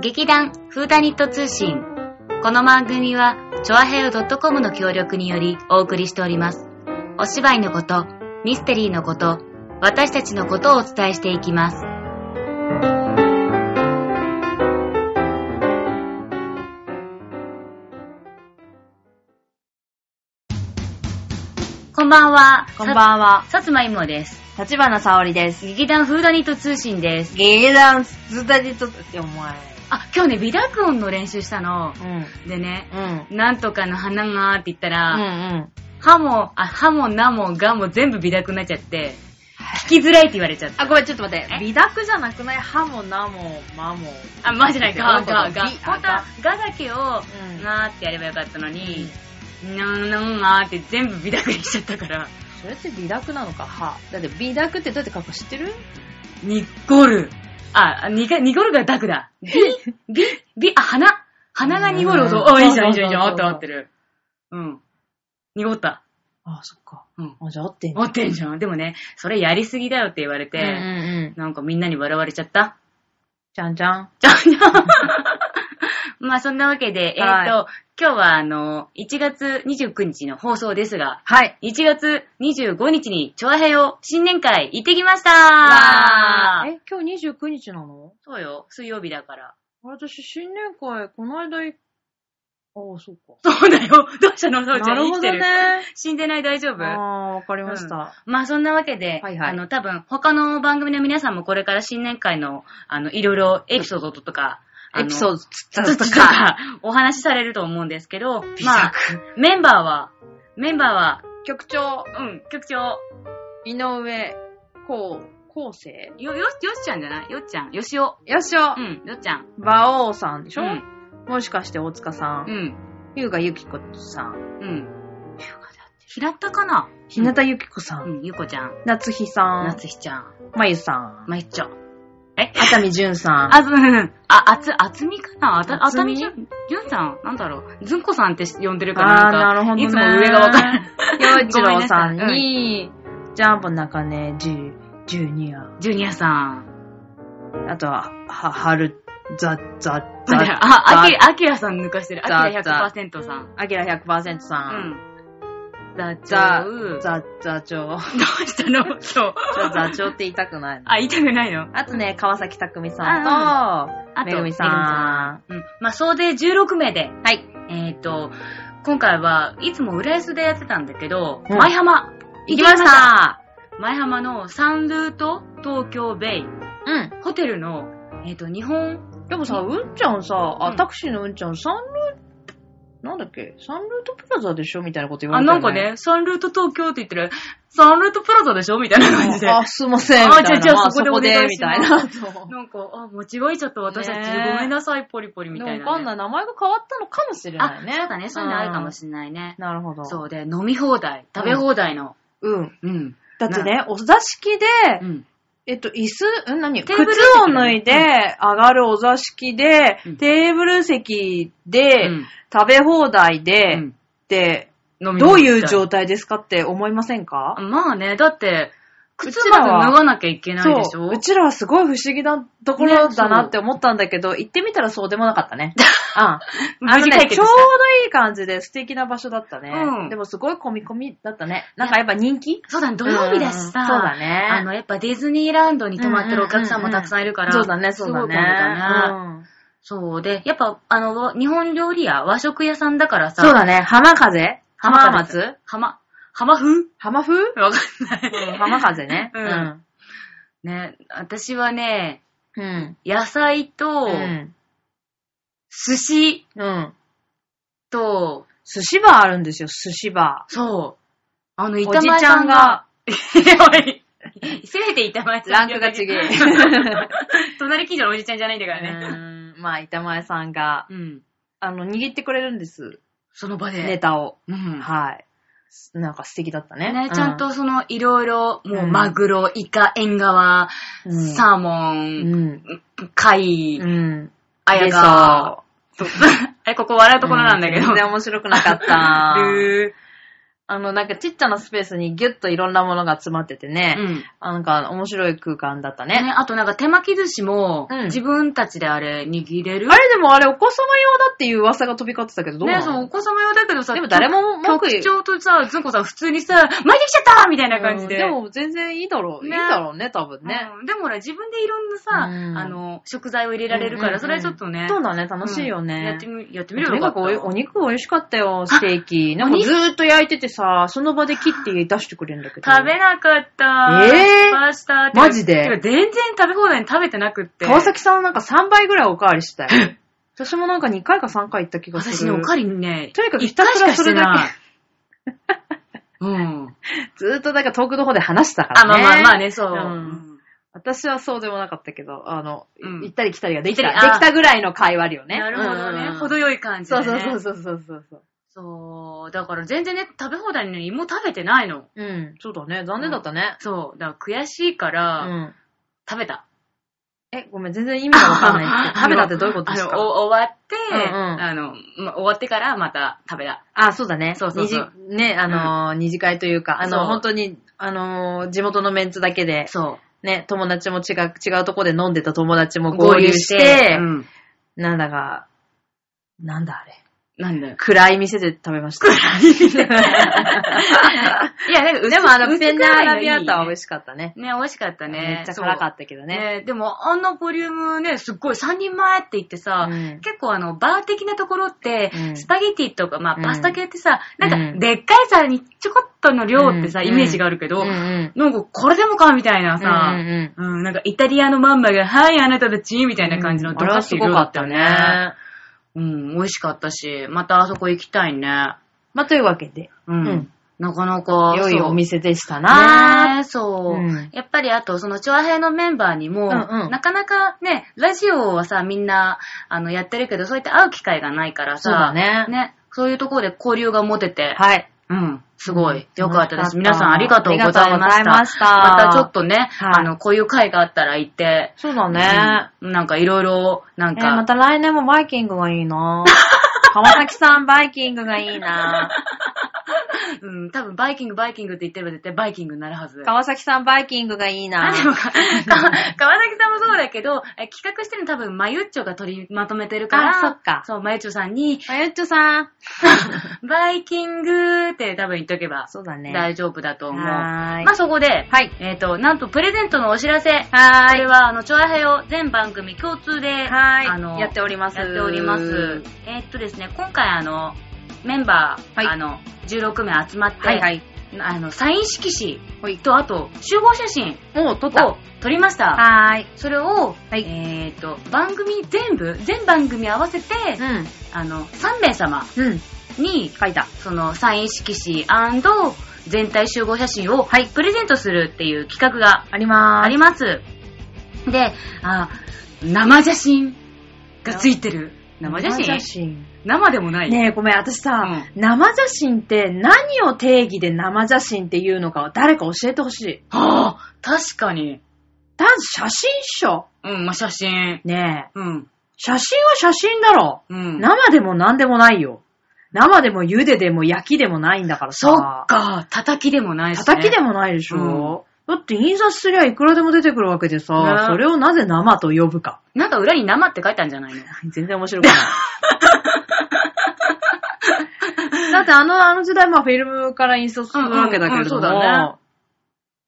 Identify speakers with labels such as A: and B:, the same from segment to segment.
A: 劇団フーダニット通信。この番組は、チョアヘオ .com の協力によりお送りしております。お芝居のこと、ミステリーのこと、私たちのことをお伝えしていきます。こんばんは。
B: こんばんは。
A: さつまいもです。
B: 立花沙織です。
A: 劇団フーダニット通信です。
B: 劇団ズタジトってお前。
A: あ、今日ね、美濁音の練習したの。
B: うん。
A: でね、
B: うん。
A: なんとかの花がって言った
B: う
A: ら、
B: ん
A: 歯も、あ、歯も、なも、がも全部微濁になっちゃって、聞きづらいって言われちゃった。
B: あ、ごめん、ちょっと待って
A: え。
B: 美濁じゃなくない歯もなも、まも。
A: あ、マジない、が、が、
B: が
A: が。
B: が
A: 本当は、がだけを、
B: ん
A: なーってやればよかったのに、なん、なん、なーって全部微濁にしちゃったから、
B: それって美濁なのか、歯。だって美濁ってどうやって書くか知ってる
A: にっこる。あ、あにが、濁るが濁だ。び、び、び、あ、鼻。鼻が濁る音。
B: うん
A: あ、いいじゃん、いいじゃん、いいじゃん、合
B: そうそうそうそう
A: ってる合ってる。うん。濁った。
B: あ、そっか。
A: うん。
B: あ、じゃあ合ってん
A: 合ってんじゃん。でもね、それやりすぎだよって言われ
B: うんうん
A: て、
B: うん。
A: なんかみんなに笑われちゃった。
B: ちゃんちゃん。
A: じゃあ、 まあそんなわけで、えっ、
B: はい
A: と、今日はあの、1月29日の放送ですが、
B: はい。
A: 1月25日に、チョアヘヨ新年会行ってきました
B: わーえ、今日29日なの
A: そうよ、水曜日だから。
B: 私、新年会、この間い、ああ、そっか。
A: そうだよ、どうしたのそうちゃ、
B: なん
A: 生
B: るほ
A: きて
B: ど
A: る。
B: ね。
A: 死んでない大丈夫
B: ああ、わかりました。
A: まあそんなわけで、
B: はいはい
A: あの多分他の番組の皆さんもこれから新年会の、あの、いろいろエピソードとか、あの
B: ードつ
A: ずっとか、お話しされると思うんですけど、まあ、メンバーは、メンバーは、
B: 局長、
A: うん、局長、
B: 井上、こう、こうせ
A: よ、よ、よっちゃんじゃないよっちゃん、よしお。
B: いよっしょ
A: う、ん、よっちゃん。
B: 馬王さんでし
A: う
B: ょ、
A: ん、
B: もしかして大塚さ、
A: うんん、
B: 優うがゆきこさん、
A: うん。平田かな
B: ひなたゆきこさ、
A: うんん、ゆこちゃん、
B: 夏日さ
A: な
B: ん、
A: つひちゃん、
B: まゆさん、
A: まいっちょ。
B: 熱海じゅんさ ん。
A: あ、ず、うん、あ、あつ、あつみかなあた、あ
B: あつ
A: た
B: み
A: みじゅん、じゅんさんなんだろうずんこさんって呼んでるから
B: あー、
A: なんか、
B: なるほどね。
A: いつも上がわか る。
B: 洋一郎さ
A: ごめ
B: ん
A: んなさい
B: に、ジャンボ中根ジュ、ジュニア。
A: ジュニアさん。
B: あとは、は、はる、ざ、ざ、 ざ、
A: あ、あき、あきらさん抜かしてる。
B: ざ
A: あきら100%さん。
B: あきら100%さ、
A: うんん。座
B: ざ
A: 長。ど
B: ざ、座長。
A: うしたの今日。
B: ちょ座長って言いたくないの。
A: あ、痛くないの
B: あとね、川崎匠さんと、
A: あと、
B: めぐみさん
A: めぐみうん。まあ、総で16名で、
B: はい。
A: えっ、ー、と、今回はいつも浦安でやってたんだけど、
B: うん
A: 舞浜、
B: 行きました
A: 舞浜のサンルート東京ベイ
B: うん。
A: ホテルの、えっ、と、日本、
B: でもさ、うんちゃんさ、
A: う
B: あ、
A: ん
B: タクシーのうんちゃん、サンルー、なんだっけサンルートプラザでしょみたいなこと言わ
A: あ、
B: れて、
A: なんか、ね、サンルート東京って言ったら、サンルートプラザでしょみたいな感じで。
B: あ、すいません。
A: あ
B: みたいな
A: じゃあじゃあ
B: ま
A: そこでお願いします
B: そこでみたいな。
A: なんか、あ、間違えちゃった私たち。
B: ねえ
A: ごめんなさい、ポリポリみ
B: で
A: たいな、ね。
B: もわかんない。名前が変わったのかもしれ
A: あ
B: な、いね。
A: そうだね。そういうのあるかもしれないね
B: れ。ない。なるほど。う。
A: そうで、飲み放題、食べ放題の。
B: うん。
A: うん。
B: だってね、お座敷で、
A: うん。
B: えっと、椅子、うん、何
A: テ
B: 靴
A: ーブル席
B: を脱いで、
A: うん
B: 上がるお座敷で、
A: うん
B: テーブル席で、
A: うん
B: 食べ放題で、
A: うん
B: で、
A: 飲み
B: ど
A: 放題
B: ういう状態ですかって思いませんか
A: まあね、だって、靴
B: うち
A: ま
B: ら
A: で
B: は
A: 脱がなきゃいけないでしょ
B: そう。うちらはすごい不思議なところだなって思ったんだけど、行ってみたらそうでもなかった ね。うん。あの
A: 無事
B: ね
A: 解、決し
B: ちょ
A: た
B: うどいい感じで素敵な場所だったね。
A: うん
B: でもすごい込み込みだったね。なんかやっぱ人気
A: そうだね、土曜日だしさ、
B: うんそうだね。
A: あの、やっぱディズニーランドに泊まってるお客さんもたくさんいるから、
B: そうだね、そうだ
A: すごい混んでたね。
B: ね。うん
A: そうで、やっぱ、あの、日本料理屋、和食屋さんだからさ、
B: そうだね、浜風浜松
A: 浜、浜風
B: 浜風
A: わかんない。
B: 浜風ね。
A: う
B: うんん。
A: ね、私はね、
B: うん。
A: 野菜と
B: う、ん。
A: 寿司
B: うん。
A: と、
B: 寿司バーあるんですよ、寿司バ
A: そう、あの、
B: ー。お
A: 板
B: じ
A: 前
B: ち
A: さ
B: ゃ
A: ん
B: ん
A: が、
B: が、
A: せめて板前さん。
B: ランクが違 え。
A: 隣近所のおじちゃんじゃないんだからね。
B: うーんまあ、板前さんが、
A: うん。
B: あの、握ってくれるんです。
A: その場で。
B: ネタを。
A: うん。
B: はい。なんか素敵だったね。
A: ね
B: う、
A: ちゃん、とその、いろいろ、もう、
B: うん
A: マグロ、イカ、エンガワ、
B: うん、
A: サーモン、
B: うん。
A: 貝
B: う、ん。
A: あやが、そうえ、ここ笑うところなんだけど。 。
B: 全然面白くなかった
A: ルー
B: あの、なんかちっちゃなスペースにギュッといろんなものが詰まっててね、
A: うん。
B: あなんか面白い空間だったね。
A: ね、あとなんか手巻き寿司も
B: うん、
A: 自分たちであれ握れる
B: あれでもあれお子様用だっていう噂が飛び交ってたけど、どう
A: ね
B: な
A: そ
B: の
A: う、、お子様用だけどさ、
B: でも誰も文
A: 局
B: 句言う
A: 長とさ、ずんこさん普通にさ、巻いてきちゃったみたいな感じで。
B: うんでも全然いいだろう。
A: ね
B: いいだろうね、多分ね。
A: うんでもほら、自分でいろんなさ、
B: うん
A: あの、食材を入れられる
B: うんうん
A: か
B: うん
A: ら、それはちょっとね。
B: そうだね、楽しいよ
A: うんやっ
B: ね
A: て。み、やって
B: と
A: みれ
B: に
A: ばよか
B: か
A: っ
B: く
A: た。
B: おお肉美味しかったよ、ステーキ。なんかずーっと焼いててさ、その場で切って出してくれるんだけど。
A: 食べなかった。
B: えー
A: パスタ
B: マジで
A: 全然食べ放題に食べてなくって。
B: 川崎さんはなんか3倍ぐらいおかわりしたよ。私もなんか2回か3回行った気がす
A: 私ね、
B: る。
A: おかわりね、
B: とにかくひたすらそれだけ
A: 一回しかしてない。 うん。
B: ずーっとなんか遠くの方で話したから
A: あ、
B: ね。
A: まあまあまあね、そう。
B: うん私はそうでもなかったけど、あの、
A: うん
B: 行ったり来たりができた。
A: 行ったり
B: できたぐらいの会話量ね。
A: なるほど
B: うんうんう
A: ね。
B: ん
A: 程よい感じ
B: そ
A: で、
B: う
A: ね。
B: そうそうそうそうそうそう。
A: そう、だから全然ね、食べ放題なのに芋食べてないの。
B: うん、そうだね。残念だったね。
A: そう、だから悔しいか
B: う
A: ら、
B: ん。
A: 食べた。
B: え、ごめん、全然意味がわかんない って。食べたってどういうことです
A: あの
B: か
A: お終わって、
B: うんうん
A: あの、ま終わってからまた食べた。
B: あ、そうだね。
A: そうそうそう
B: 二次ね、あのー、二次会というか、あ
A: そ
B: の、
A: う
B: 本当に、あのー、地元のメンツだけで、
A: そ
B: ね、友達も違う、違うとこで飲んでた友達も
A: う。
B: 合流して、
A: うん。
B: なんだか、なんだあれ。
A: なんだよ。
B: 暗い店で食べました。
A: いや、なんか薄く
B: でもあの、
A: 薄く
B: ペンダーアラビアータは美
A: ね、
B: 味しかったね。
A: 美味しかったね。
B: めっちゃ辛か
A: っ
B: ったけど
A: た
B: ね。
A: ね。でも、あんなボリュームね、すっごい3人前って言ってさ、
B: うん
A: 結構あの、バー的なところって、
B: うん
A: スパゲティとか、まあ、
B: うん
A: パスタ系ってさ、なん
B: うん
A: か、でっかい皿にちょこっとの量ってさ、
B: うん
A: イメージがあるけど、
B: うんうん
A: なんか、これでもかみたいなさ、
B: うんうんうん
A: うん、なんかイタリアのまんまが、はい、あなたたち、みたいな感じの
B: あれはすごかった
A: ドカッて色だったよね。
B: ね。
A: うん、美味しかったし、またあそこ行きたいね。
B: まあ、というわけで、
A: うん。
B: うん
A: なかなか、
B: 良いお店でした
A: そう
B: な
A: ねそう、
B: うん
A: やっぱりあと、その、チョアヘイのメンバーにも、
B: うんうん
A: なかなかね、ラジオはさ、みんな、あの、やってるけど、そうやって会う機会がないからさ、
B: そうだね
A: ね、そういうところで交流が持てて、
B: はい。
A: うん、すごい、良かったです。
B: うん
A: 皆さんありがとうございま
B: あ
A: し
B: りがとうござい
A: た
B: ま。した。
A: またちょっとね、
B: はい
A: あの、こういう会があったら行って、
B: そうだね。
A: うんなんかいろいろ、なん
B: えーま
A: か、
B: た来年もバイキングがい いな川崎さんバイキングがいいな
A: うん、多分バイキングバイキングって言ってれば絶対バイキングになるはず。
B: 川崎さんバイキングがいいな
A: あでも か川崎さんもそうだけど、え企画してるの多分、まゆっちょが取りまとめてるから、
B: あそっか
A: そう、まゆっちょさんに、
B: まゆっちょさん。
A: バイキングって多分言っとけば、
B: そうだね。
A: 大丈夫だと思う。
B: はーい
A: まあ、そこで、
B: はい
A: えっ、と、なんとプレゼントのお知らせ。
B: は
A: あ
B: ー
A: れ
B: い。
A: は、あの、チョアヘヨ全番組共通で、
B: はーい。
A: あの、
B: やっております。
A: やっております。えーっとですね、今回あの、メンバー、
B: はい
A: あの、16名集まって、
B: はいはい。
A: あの、サイン色紙
B: ほい。
A: と、あと、集合写真
B: もう撮った。
A: を撮りました。
B: はーい。
A: それを、
B: はい
A: えーっと、番組全部、全番組合わせて、
B: う
A: あの、3名様
B: ん。うん。
A: に、
B: 書いた。
A: その、サイン色紙全体集合写真を、プレゼントするっていう企画が
B: ありまーす。
A: あります。で、あ、生写真がついてる。生写真
B: 生写真。
A: 生でもない。
B: ねえ、ごめん、私さ、生写真って何を定義で生写真っていうのかを誰か教えてほしい。
A: はあ、確かに。
B: だって写真っしょ。
A: うん、まあ、写真。
B: ねえ、
A: うん。
B: 写真は写真だろ。
A: うん。
B: 生でも何でもないよ。生でも茹ででも焼きでもないんだから
A: そ
B: さ
A: っ。か、叩きでもないし、ね。
B: 叩きでもないでしょ。だって印刷すりゃいくらでも出てくるわけでさ
A: ね、
B: それをなぜ生と呼ぶか。
A: なんか裏に生って書いたんじゃないの
B: 全然面白くない。 だってあの、あの時代、まあフィルムから印刷するわけだけれども、
A: うんうんうんそうだね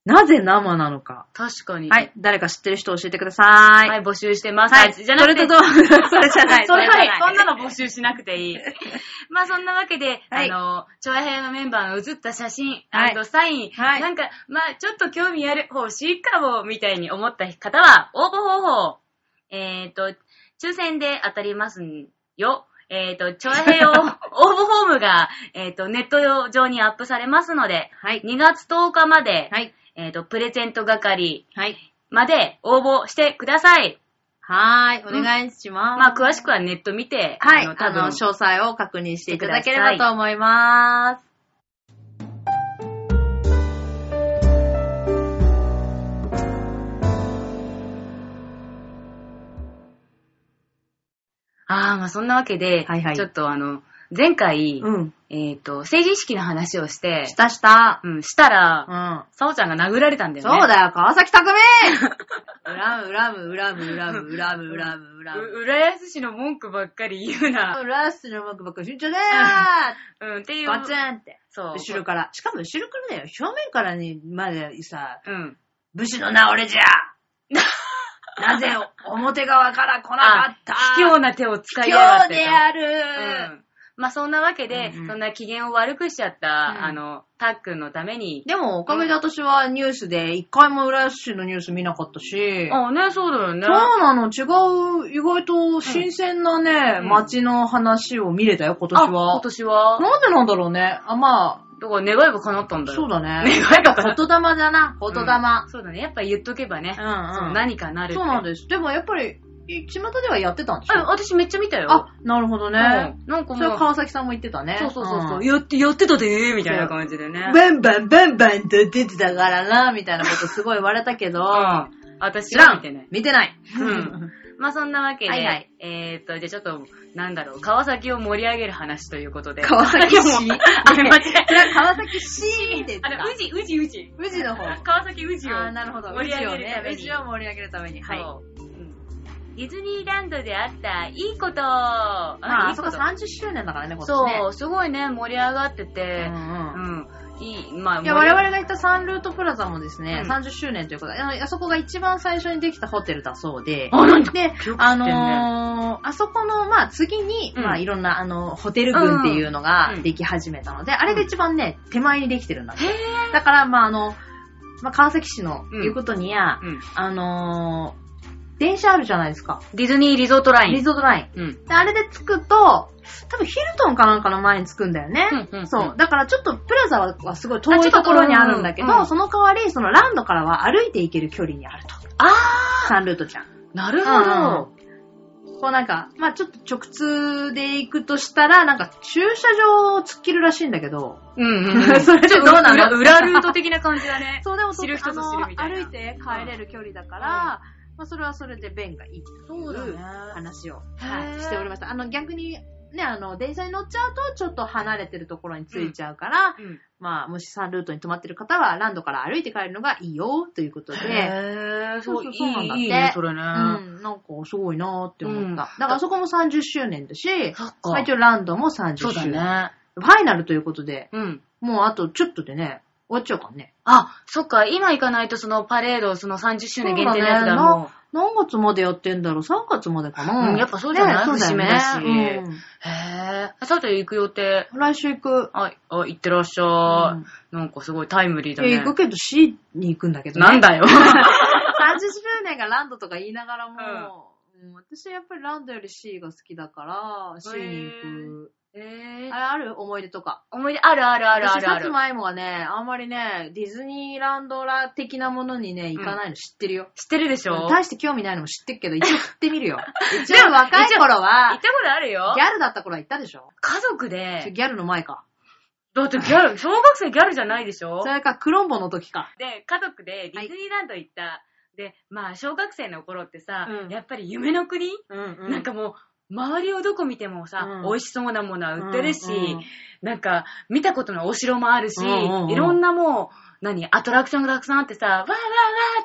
B: なぜ生なのか。
A: 確かに。
B: はい。。誰か知ってる人教えてくださ。
A: はいい、募集してます。あ
B: はい。
A: じゃなくて、
B: それ とどうそれじゃない。
A: それはいいそ
B: そ
A: ん
B: ん
A: な
B: なの。
A: の募集しなくて いい。まあそんなわけで、
B: はい
A: あの、チョアヘアのメンバーの写った写真、
B: はい
A: あとサイン、
B: はい
A: なんか、まあちょっと興味ある、欲しいかも、みたいに思った方は、応募方法、えっ、と、抽選で当たりますんよ。えっ、と、チョアヘアを応募フォームが、えっ、と、ネット上にアップされますので、
B: はい。
A: 2月10日まで、
B: はい。
A: えっ、と、プレゼント係
B: はい。
A: まで応募してください。
B: はーい。お願いします。
A: まあ、詳しくはネット見て、
B: はい。
A: あの、
B: あ
A: 多
B: の、
A: 分、
B: 詳細を確認していただければと思います。
A: ああ、まあそんなわけで、
B: はいはい
A: ちょっとあの、前回、
B: うん。
A: えっ、と、成人式の話をして、
B: したした。
A: うん、したら、
B: うん。
A: さおちゃんが殴られたんだ
B: そ
A: よね。
B: うだよ、川崎匠恨む、恨む、恨む、恨む、恨む、恨む、恨む。
A: う浦安市の文句ばっかり言うな。
B: ラッシュの幕ばっかり順調だよ
A: うん、ってい
B: ー
A: う。
B: ガツンって。
A: そう。
B: 後ろから。しかも後ろからだよ。正面からに、までさ、
A: うん。
B: 武士の名俺じゃなぜ表側から来なかった
A: 卑怯な手を使い
B: 卑
A: やがっ
B: 怯
A: て
B: で
A: た。
B: ある、
A: うん。まあそんなわけで、
B: うんうん
A: そんな機嫌を悪くしちゃった、
B: ん
A: あの、たっくんのために。
B: でも、おかげで私はニュースで一回も浦安市のニュース見なかったし、
A: あね、そうだよね。
B: そうなの、違う、意外と新鮮なね、
A: うん
B: 街の話を見れたよ、今
A: あ
B: 年
A: 今
B: は。
A: 年は。
B: なんでなんだろうね。あ、ま
A: だから願いが叶ったん
B: あ、
A: だよ。
B: そうだ
A: 願い
B: ね。
A: が叶っ
B: 言霊だな、言霊。
A: た。そうだね。やっぱ言っとけばね。
B: うん
A: そううん何かなるって。
B: そうなんです。でもやっぱり、い巷ではやってたんでし
A: あ
B: ょ
A: 私めっちゃ見たよ。
B: あ、なるほど
A: うん、
B: ね。
A: なんか
B: そ
A: も
B: れ
A: う
B: は、川崎さんも言ってたね。
A: そうそうそうそう、
B: ん
A: やって、やってたでーみたいな感じでね。
B: バンバンバンバンと出てたからな、みたいなことすごい言われたけど
A: う、ん。私は見てね。
B: 見てない。
A: うん。まあそんなわけで、
B: はいはい
A: えーっと、じゃあちょっと、なんだろう、川崎を盛り上げる話ということで。
B: 川崎市
A: もう あれ、間違え
B: それは川崎市で
A: あの、宇治、宇治、宇治。
B: 宇治の方。
A: 川崎宇治を。
B: ああ、なるほど。
A: 盛
B: 宇
A: り上
B: 治を
A: げるた
B: ね、
A: め
B: 宇
A: に
B: 治を盛り上げるために。はい。
A: そううんディズニーランドであったいいこと。
B: まあ、
A: い
B: あ
A: い
B: そ
A: こ
B: こと30周年だからね、今年ね。
A: そう、すごいね、盛り上がって
B: う
A: て、うん
B: うん。
A: ん、いい、まあ、
B: いや、
A: 盛
B: 我
A: り上が
B: 々が行ったサンルートプラザもですね、
A: うん
B: 30周年ということで、あのあそこが一番最初にできたホテルだそうで、
A: あ、なんだ
B: で
A: よ、く知
B: あ
A: ってんね
B: のーあそこの、まあ、次に、
A: うん
B: まあ、いろんな、あの、ホテル群っていうのが
A: うん
B: でき始めたので、あれが一番ね、手前にできてるんだって。
A: へぇ
B: だから、まあ、あの、まあ、川崎市の
A: うん
B: 言うことにや、
A: うん。
B: あのー電車あるじゃないですか。
A: ディズニーリゾートライン。
B: リゾートライン。
A: うん。
B: で、あれで着くと、多分ヒルトンかなんかの前に着くんだよね。
A: うんうんうん
B: そう。だからちょっとプラザはすごい
A: あ
B: 遠
A: ちょ
B: い
A: っと
B: ところにあるんだけど、
A: うんうん
B: その代わり、そのランドからは歩いて行ける距離にあると。
A: あ
B: サンルートちゃん。
A: ー、なる
B: うん
A: ほど。
B: こうなんか、まあちょっと直通で行くとしたら、なんか駐車場を突っ切るらしいんだけど、
A: うんう
B: それ
A: ちょっと
B: どうなの
A: 裏裏ルート的な感じだね。
B: そうでも
A: 知る人ぞ知るみたいな
B: あの歩いて帰れる距離だから、まあそれはそれで便がいいとい
A: そうだね
B: う話を、
A: へ
B: は
A: ー
B: い、しておりました。あの逆に、ね、あの、電車に乗っちゃうと、ちょっと離れてるところに着いちゃうから、
A: うん。
B: まあ、もしサンルートに泊まってる方は、ランドから歩いて帰るのがいいよ、ということで、
A: へぇ
B: そうそうそうなんだって
A: いいね、それね。
B: うん、なんかすごいなーって思っ
A: う
B: た。
A: ん
B: だからそこも30周年だし、
A: そっ
B: まあ一応ランドも30周
A: そうだ
B: 年、
A: ね。
B: ファイナルということで、
A: うん。
B: もうあとちょっとでね、終わっちゃうからね。
A: あ、そっか、今行かないとそのパレード、その30周年限定のやつだもん。
B: 何月までやってんだろう ?3 月までかな、
A: うんやっぱそうじゃない
B: ねそうだよね
A: 節目だしへぇー。さて行く予定。
B: うん来週行く。
A: あ、あ、行ってらっしゃい。なんかすごいタイムリーだ
B: い
A: ね。
B: や行くけど C に行くんだけどね。
A: なん だよ。
B: 30周年がランドとか言いながらも、うん私はやっぱりランドより C が好きだから、C に行く。
A: えー
B: あれある思い出とか。
A: 思い出、あるあるあるあ
B: 私、
A: るあ
B: さつ
A: る。
B: まいもはね、あんまりね、ディズニーランドラ的なものにね、行かないの知ってるよ。
A: 知ってるでしょ行った
B: 大して興味ないのも知ってるけど、一応行っ てみるよ。一応若い頃は、
A: ことあるよ
B: ギ。ャルだった頃は行ったでしょ
A: 家族
B: それ
A: で、
B: ギャルの前か。
A: だってギャ ル、小学生ギャルじゃないでしょ
B: それか、クロンボの時か。
A: で、家族でディズニーランド行った。で、まあ、小学生の頃ってさ、
B: うん
A: やっぱり夢の国、
B: うん
A: なんかもう、周りをどこ見てもさ、
B: うん
A: 美味しそうなものは売ってるし、
B: うん
A: なんか、見たことのお城もあるし、
B: うんうんうん
A: いろんなもう、何、アトラクションがたくさんあってさ、わーわーわ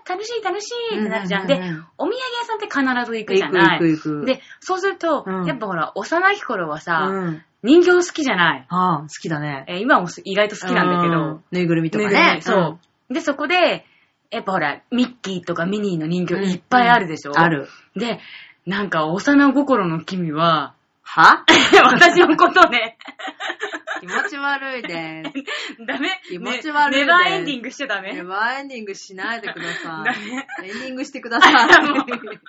A: ー、楽しい楽しいってなるじゃん。
B: う
A: で
B: う、う
A: お土産屋さんって必ず行くじゃ
B: 行く
A: ない
B: 行く行く。、
A: で、そうすると、
B: うん
A: やっぱほら、幼い頃は
B: う
A: さ、
B: ん。
A: 人形好きじゃない。
B: ああ、好きだね。
A: えー今もす意外と好きなんだけ
B: う
A: ど
B: ん、。ぬいぐるみとか
A: ぬいぐる
B: ね
A: み。そう、で、そこで、やっぱほら、ミッキーとかミニーの人形いっぱいあるでしょ、
B: うんあ。る。
A: で、なんか、幼心の君は、
B: は
A: 私のことね、
B: 気持ち悪いです。
A: ダメ。
B: 気持ち悪
A: ね
B: いね
A: ネバーエンディングしちゃダメ。
B: ネ
A: ダ
B: バーエンディングしないでくださ
A: メ。
B: い。エンディングしてください。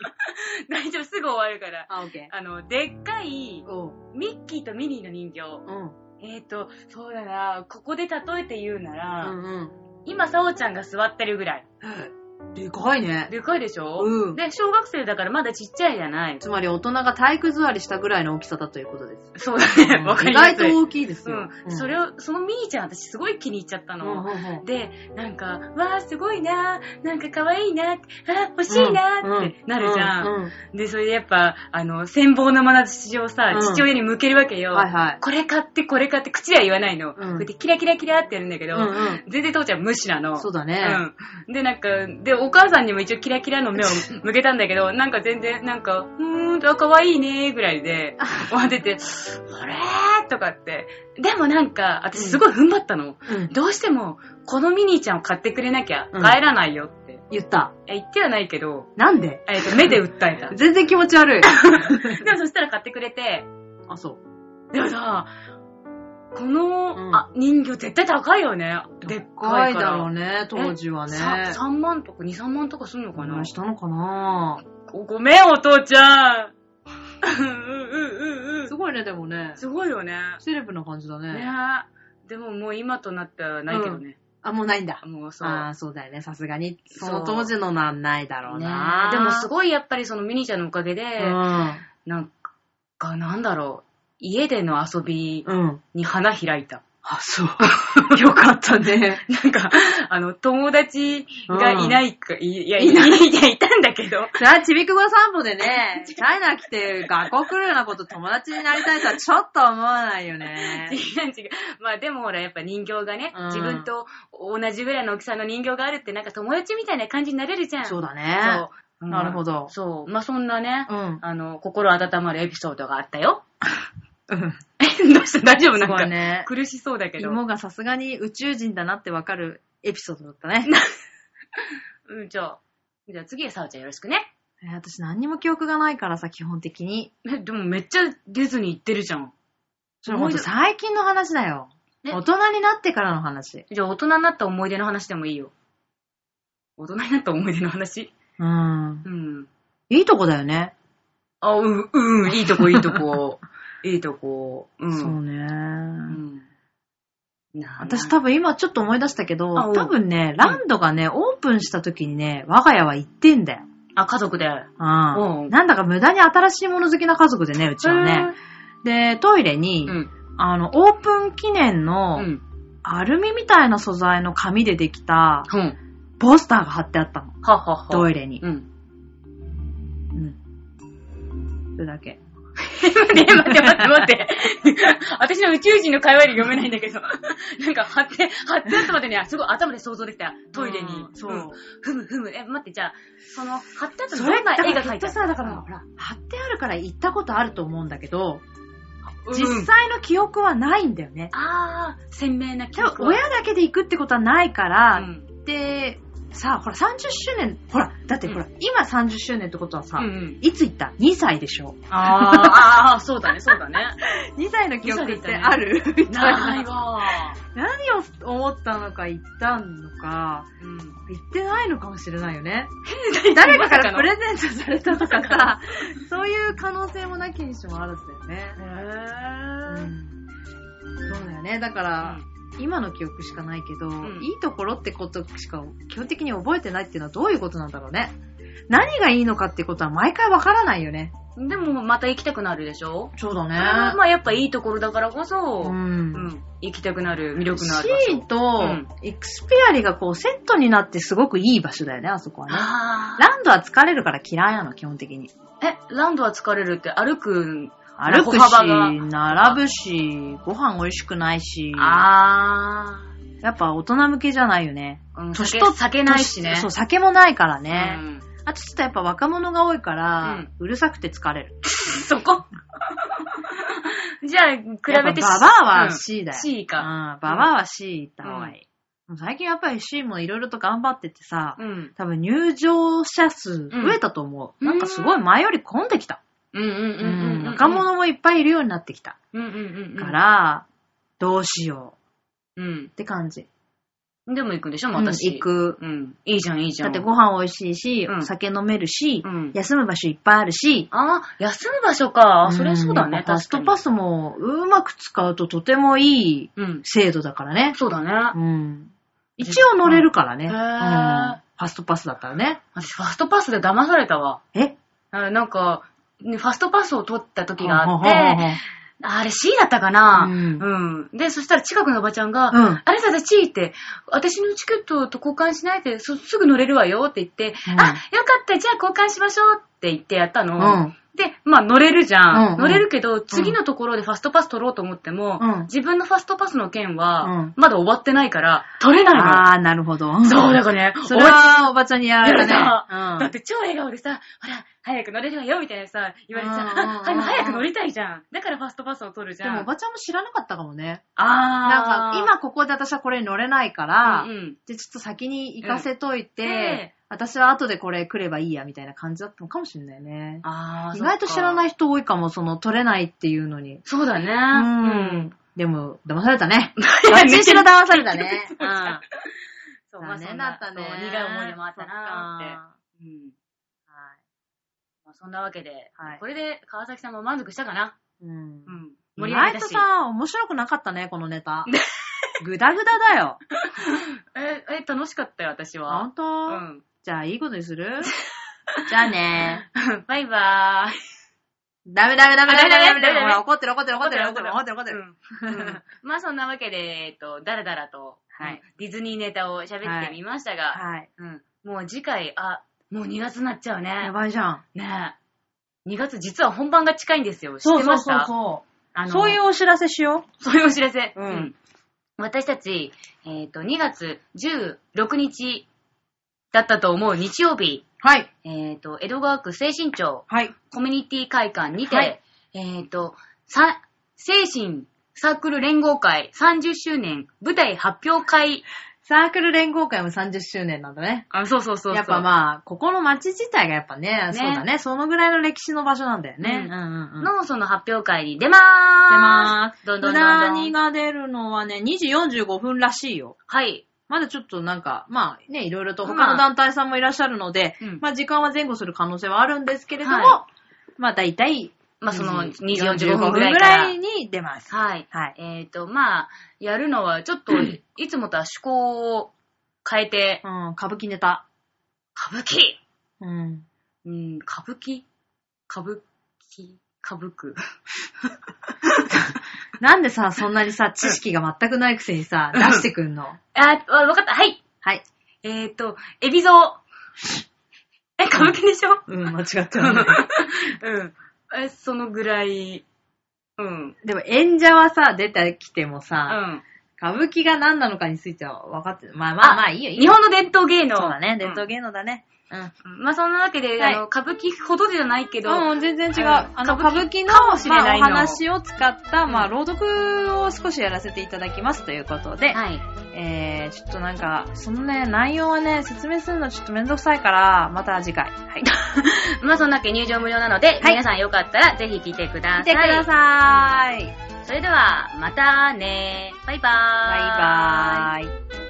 A: 大丈夫、すぐ終わるから。
B: あ、オッケ
A: あの、でっかい
B: ー。、おう。
A: ミッキーとミニーの人形。
B: うん。
A: えっ、ー、と、そうだな、ここで例えて言うな
B: う
A: ら、
B: んうん。
A: 今、さおちゃんが座ってるぐらい。
B: でかいね。
A: でかいでしょ
B: うん。
A: で、小学生だからまだちっちゃいじゃない。
B: つまり大人が体育座りしたぐらいの大きさだということです。
A: そうだね。 わかり
B: 意
A: や
B: 外
A: す
B: と
A: い。
B: 大きいです
A: う
B: よ
A: ん。。それを、そのミーちゃん私すごい気に入っちゃった
B: うん
A: の。
B: うんうん
A: で、なんか、わーすごいなー、なんか可愛いなー、あー、欲しいなーってなるじゃん。
B: うう
A: で、それでやっぱ、あの、羨望の眼差しをさ、
B: うん
A: 父親に向けるわけよ。
B: はいはい。
A: これ買って、これ買って、口では言わないの。
B: うん
A: こうやってキラキラキラってやるんだけど、
B: うんうん
A: 全然父ちゃん無視なの。
B: そう
A: う
B: だね。
A: ん。で、なんか、で、お母さんにも一応キラキラの 目を向けたんだけど、なんか全然、なんか、うーんと、可愛いねーぐらい で、終わってて、あれーとかって。でもなんか、私すごい踏ん張ったの。
B: うん
A: どうしても、このミニーちゃんを買ってくれなきゃ
B: うん
A: 帰らないよって。
B: 言った。
A: え言ってはないけど、
B: なんで
A: えっ と、目で訴えた。
B: 全然気持ち 悪い。
A: でもそしたら買ってくれて、
B: あ、そう。
A: でもさ、この、
B: うん
A: あ人魚絶対高いよね。でっかいから。
B: だろうね、当時はね。
A: さ 3, 万とか2、3万とかすんの
B: こ
A: か
B: ん
A: な、
B: なしたのかな
A: ごごめん、お父ち ゃん。うんうんうんうん。
B: すごいね、でもね。
A: すごいよね。
B: セレブな感じだ
A: ね
B: ね。
A: でももう今となってはないけどね。
B: あ、もうないんだ。
A: もうそう。
B: ああ、そうだよね、さすがに。
A: そう
B: その当時のなんないだろう
A: ね
B: な。
A: でもす
B: ご
A: ご
B: い。
A: いやっぱりそのミニちゃんのおかげで、
B: う
A: なんか、なんだろう。家での遊び
B: ん。うん。
A: に花開いた。
B: あ、 そう。よかった ね。
A: なんか、あの、友達がいないか、いや、
B: い
A: い
B: な
A: ない、いや、 いたんだけど。
B: じゃあ、ちびくま散歩でね、チャイナ来て学校来るようなこと友達になりたいとはちょっと思わないよね
A: 違う。違う。まあでもほら、やっぱ人形がね、
B: うん
A: 自分と同じぐらいの大きさの人形があるってなんか友達みたいな感じになれるじゃん。
B: そう
A: う
B: だね。
A: ん
B: なるほど
A: そう。まあそんなね、
B: うん。
A: あの、心温まるエピソードがあった よ。
B: うん。
A: えどうした大丈夫な
B: す
A: ん
B: ごい
A: か、
B: ね。
A: 苦しそうだけど。
B: 芋がさすがに宇宙人だなってわかるエピソードだったね。
A: うん、じゃあ、じゃあ次はさおちゃんよろしくね。
B: えー私何にも記憶がないからさ、基本的に。
A: えでもめっちゃディズニー行ってるじゃん。
B: それほんと最近の話だよ。
A: え
B: 大人になってからの話。
A: じゃあ大人になった思い出の話でもいいよ。大人になった思い出の話
B: うん。
A: うん。
B: いいとこだよね。
A: あ、うん、うん、いいとこ、いいと こ。いいとこ。うん。
B: そうね。
A: うん。な
B: 私
A: た
B: 多分今ちょっと思い出したけ
A: あう
B: ど、
A: ん
B: 多分ね、ランドがね、オープンした時にね、我が家は行ってんだよ。
A: あ、家族で。
B: うん
A: うん
B: なんだか無駄に新しいもの好きな家族でね、うちはね。で、トイレ
A: へ
B: に
A: ー。う、ん。
B: あの、オープン記念
A: う
B: の
A: ん。
B: アルミみたいな素材の紙でできた
A: うん。
B: ポスターが貼ってあったの。
A: ははは。
B: ト
A: イ
B: イレに。
A: うん。
B: うん。それだけ。
A: 待って待って待って待って。 私の宇宙人の会話で読めないんだけど。 なんか貼って、貼ってあったまでに、あすごい頭で想像できた。トイレに
B: うん。そ
A: ん
B: う。
A: ふむふむ。え、待って、じゃあ、その、貼ってあった
B: そ
A: の
B: れ
A: ど
B: だ
A: んな
B: から
A: 絵が
B: き
A: 描い
B: っ
A: て
B: と
A: あ
B: さ、だか
A: う
B: ら、
A: ん
B: ほら、貼ってあるから行ったことあると思うんだけど、
A: うん
B: 実際の記憶はないんだよね。
A: あー、鮮明な記
B: 多
A: 憶
B: 分
A: は。
B: 親だけで行くってことはないか
A: う
B: ら、
A: ん
B: で、さあ、ほら、30周年、ほら、だってほら、今30周年ってことはさ、
A: うんうん
B: いつ行った ?2 歳でしょ。
A: あーあー、そうだね、そうだね。
B: 2歳の記憶っ
A: 二歳で
B: て
A: 行ったね
B: あるみたい
A: ない
B: な。
A: わ
B: 何を思ったのか行ったのか、
A: ー。うん
B: 行ってないのかもしれないよね。 誰かからプレゼントされたとかさ、そういう可能性もなきにしもあるんだよね。うんそうだよね。だから、今の記憶しかないけど、
A: ん
B: いいところってことしか基本的に覚えてないっていうのはどういうことなんだろうね。何がいいのかってことは毎回わからないよね。
A: うんでも、また行きたくなるでしょ
B: そうだ
A: それはまあ、やっぱいいところだからこそ、
B: う。
A: うんん行きたくなる、魅力のある場所。
B: シーと
A: うん
B: エクスペアリがこうセットになってすごくいい場所だよね、あそこはね。
A: あ
B: ランドは疲れるから嫌いなの、基本的に。
A: ーえ、ランドは疲れるって歩く、
B: 歩く
A: 歩
B: し、
A: 幅が
B: 並ぶし、ご飯美味しくないし、
A: あ
B: やっぱ大人向けじゃないよね。
A: ー、うん、
B: 年
A: 酒
B: と
A: 酒ないしね。
B: そう、酒もないから
A: う
B: ね。
A: ん
B: あとちょっとやっぱ若者が多いから、うるさくて疲れる。
A: そこじゃあ、比べて
B: やっぱババア
A: う
B: は
A: ん
B: C だよ。
A: C
B: う
A: か。
B: ん、ババアは C 行った方がいい。もう最近やっぱり C もいろいろと頑張っててさ、
A: うん。
B: 多分入場者数増えたと思
A: うん
B: う。なんかすごい前より混んできた。
A: うんうん
B: う
A: うんうんうんん。
B: 若者もいっぱいいるようになってきた。
A: うんうんうん。
B: か。ら、どうしよ
A: うん
B: う。って感じ。
A: でも行くんでしょ、
B: うん
A: 私。
B: 行。く。
A: うん。いいじゃん、いいじゃ
B: だっ
A: ん。
B: てご飯美味しいし、
A: うん
B: お酒飲めるし、
A: うん
B: 休む場所いっぱいあるし、
A: ああ、休む場所か。
B: ん
A: それそうだね、
B: やっぱファス
A: 確か
B: ト
A: に。
B: パ
A: ス。
B: スもうまく使うととてもいい
A: うん。
B: 制度だからね。
A: そうだね。
B: うん。一応乗れるからね。
A: へ
B: うん
A: ー
B: ファストパスだったらね。
A: 私、ファストパスで騙されたわ。
B: え
A: あなんか、ねファストパスを取った時
B: 気
A: が
B: が
A: あ
B: あ
A: っ、
B: ってて、
A: あれ C だったかな、
B: う
A: うん、で、そしたら近くのおばちゃんが、
B: うん
A: あれさ、私 C って、私のチケットと交換しないで、そすぐ乗れるわよって言って、
B: うん
A: あ、よかった、じゃあ交換しましょうって言ってやったの。
B: うん
A: で、まあ乗れるじゃん。
B: うんうん
A: 乗れるけど、次のところでファストパス取ろうと思っても、
B: うん
A: 自分のファストパスの件
B: う
A: は
B: ん、
A: まだ終わってないから、取れないの。
B: あー、なるほど。
A: そう、だからね、
B: それはおばちゃんにやられたね。
A: だって超笑顔でさ、ほら、早く乗れるわよ、みたいなさ、言われてさ、
B: うんうんうんうん
A: あ今早く乗りたいじゃん。だからファストパスを取るじ
B: で
A: ゃん。
B: もおばちゃんも知らなかったかもね。
A: あ
B: なんか、
A: ー、
B: 今ここで私はこれ乗れないから、
A: うんうん
B: じゃあちょっと先に行かせといて、
A: うんで
B: 私は後でこれ来ればいいやみたいな感じだったのかもしれないね。
A: あー
B: 意外と知ら
A: い。
B: ない人多いかも、その取れないっていうのに。
A: そうだね。う。。
B: うんでも、騙された ね。
A: や
B: 私しろ騙された ね。うん。
A: そう
B: 残念だったね。
A: そう苦い思い出もあったなーって。うん。
B: そっかは
A: まあ、そんなわけで、
B: はい
A: これで川崎さんも満足したかな。
B: い。うん
A: う。ん。
B: 意
A: 盛り上げ
B: 外
A: た
B: と
A: し。
B: さ、面白くなかったね、この ネタ。ぐだぐだだよ。
A: え、え、楽しかったよ、私
B: ほん
A: は。
B: と、
A: うん。
B: じゃあ、いいことに するじゃあね。
A: バイバーイ。
B: ダメダメダメダメダメダ
A: ダメダメダメ
B: メ。ほら、怒ってる怒ってる怒ってる怒ってる怒ってる怒ってる。
A: うんまあそんなわけで、えっと、だらだらと、
B: はい
A: うんディズニーネタを喋ってみましたが、
B: はい。
A: うんもう次回、あ、もう2月になっちゃう
B: や
A: ね。
B: ばいじゃん。
A: ねえ2月実は本番が近いんですよ。知ってました
B: そ
A: あの
B: そういうお知らせしよ
A: そういうお知らせ。
B: うん
A: 私たち、えっ、と、2月16日だったと思う日曜日、
B: う。はい。
A: えっ、と、江戸川区精神町
B: はい。
A: コミュニティ会館にて、
B: はい
A: えっ、と、さ、精神サークル連合会30周年舞台発表会。
B: サークル連合会も30周年なんだね。
A: あ、そうそうそうそう。
B: やっぱまあ、ここの街自体がやっぱね、
A: ね
B: そうだね、そのぐらいの歴史の場所なんだよね。
A: うん
B: んうん
A: のその発表会に出まーす。
B: 出まーす。
A: どんどんどんどん
B: 何が出るのはね、2時45分らしいよ。
A: はい。
B: まだちょっとなんか、まあね、いろいろと他
A: まあ
B: の団体さんもいらっしゃるので、
A: うん
B: まあ時間は前後する可能性はあるんですけれども、
A: は
B: まあ大体、
A: まあその2
B: 2
A: 時45分ぐらい
B: ぐ
A: から
B: らいに出ます。
A: はい。
B: はい
A: えっ、と、まあ、やるのはちょっと、いつもとは趣向を変えて、
B: うん、歌舞伎ネタ。
A: 歌舞伎
B: うん。
A: うん、歌舞伎歌舞伎歌舞伎
B: なんでさ、そんなに さ、知識が全くないくせにさ、出してくんの
A: あー、わわかった。はい。
B: はい。
A: えっ、と、エビゾー。え、歌舞伎でしょ
B: うん、間違って
A: ないい。うん。え、そのぐらい。うん。
B: でも演者はさ、出てきても
A: う
B: さ、
A: ん。
B: 歌舞伎が何なのかについては分かって、まあまあまあいいよ、いい
A: 日
B: よ。
A: 本の伝統芸能。
B: そうだね、伝統
A: 芸
B: 芸能だね。うん。
A: 能。まあ、そんなわけで、
B: はい
A: あの、歌舞伎ほどじゃないけど、
B: うん、全然違う。
A: はい
B: あの、
A: 歌舞
B: 歌舞
A: 伎
B: 伎
A: か
B: の
A: もしれないの
B: まあお話を使った、ま
A: う
B: あ、
A: ん
B: 朗読を少しやらせていただきますということで、
A: はい。
B: えー、ちょっとなんか、そのね、内容はね、説明するのちょっとめんどくさいから、また次回。はい。
A: まあ、そんなわけ入場無料なので、
B: い
A: 皆さんよかったらぜひ来てください。
B: 見てください。
A: それでは、またね。バイバーイ。
B: バイバーイ。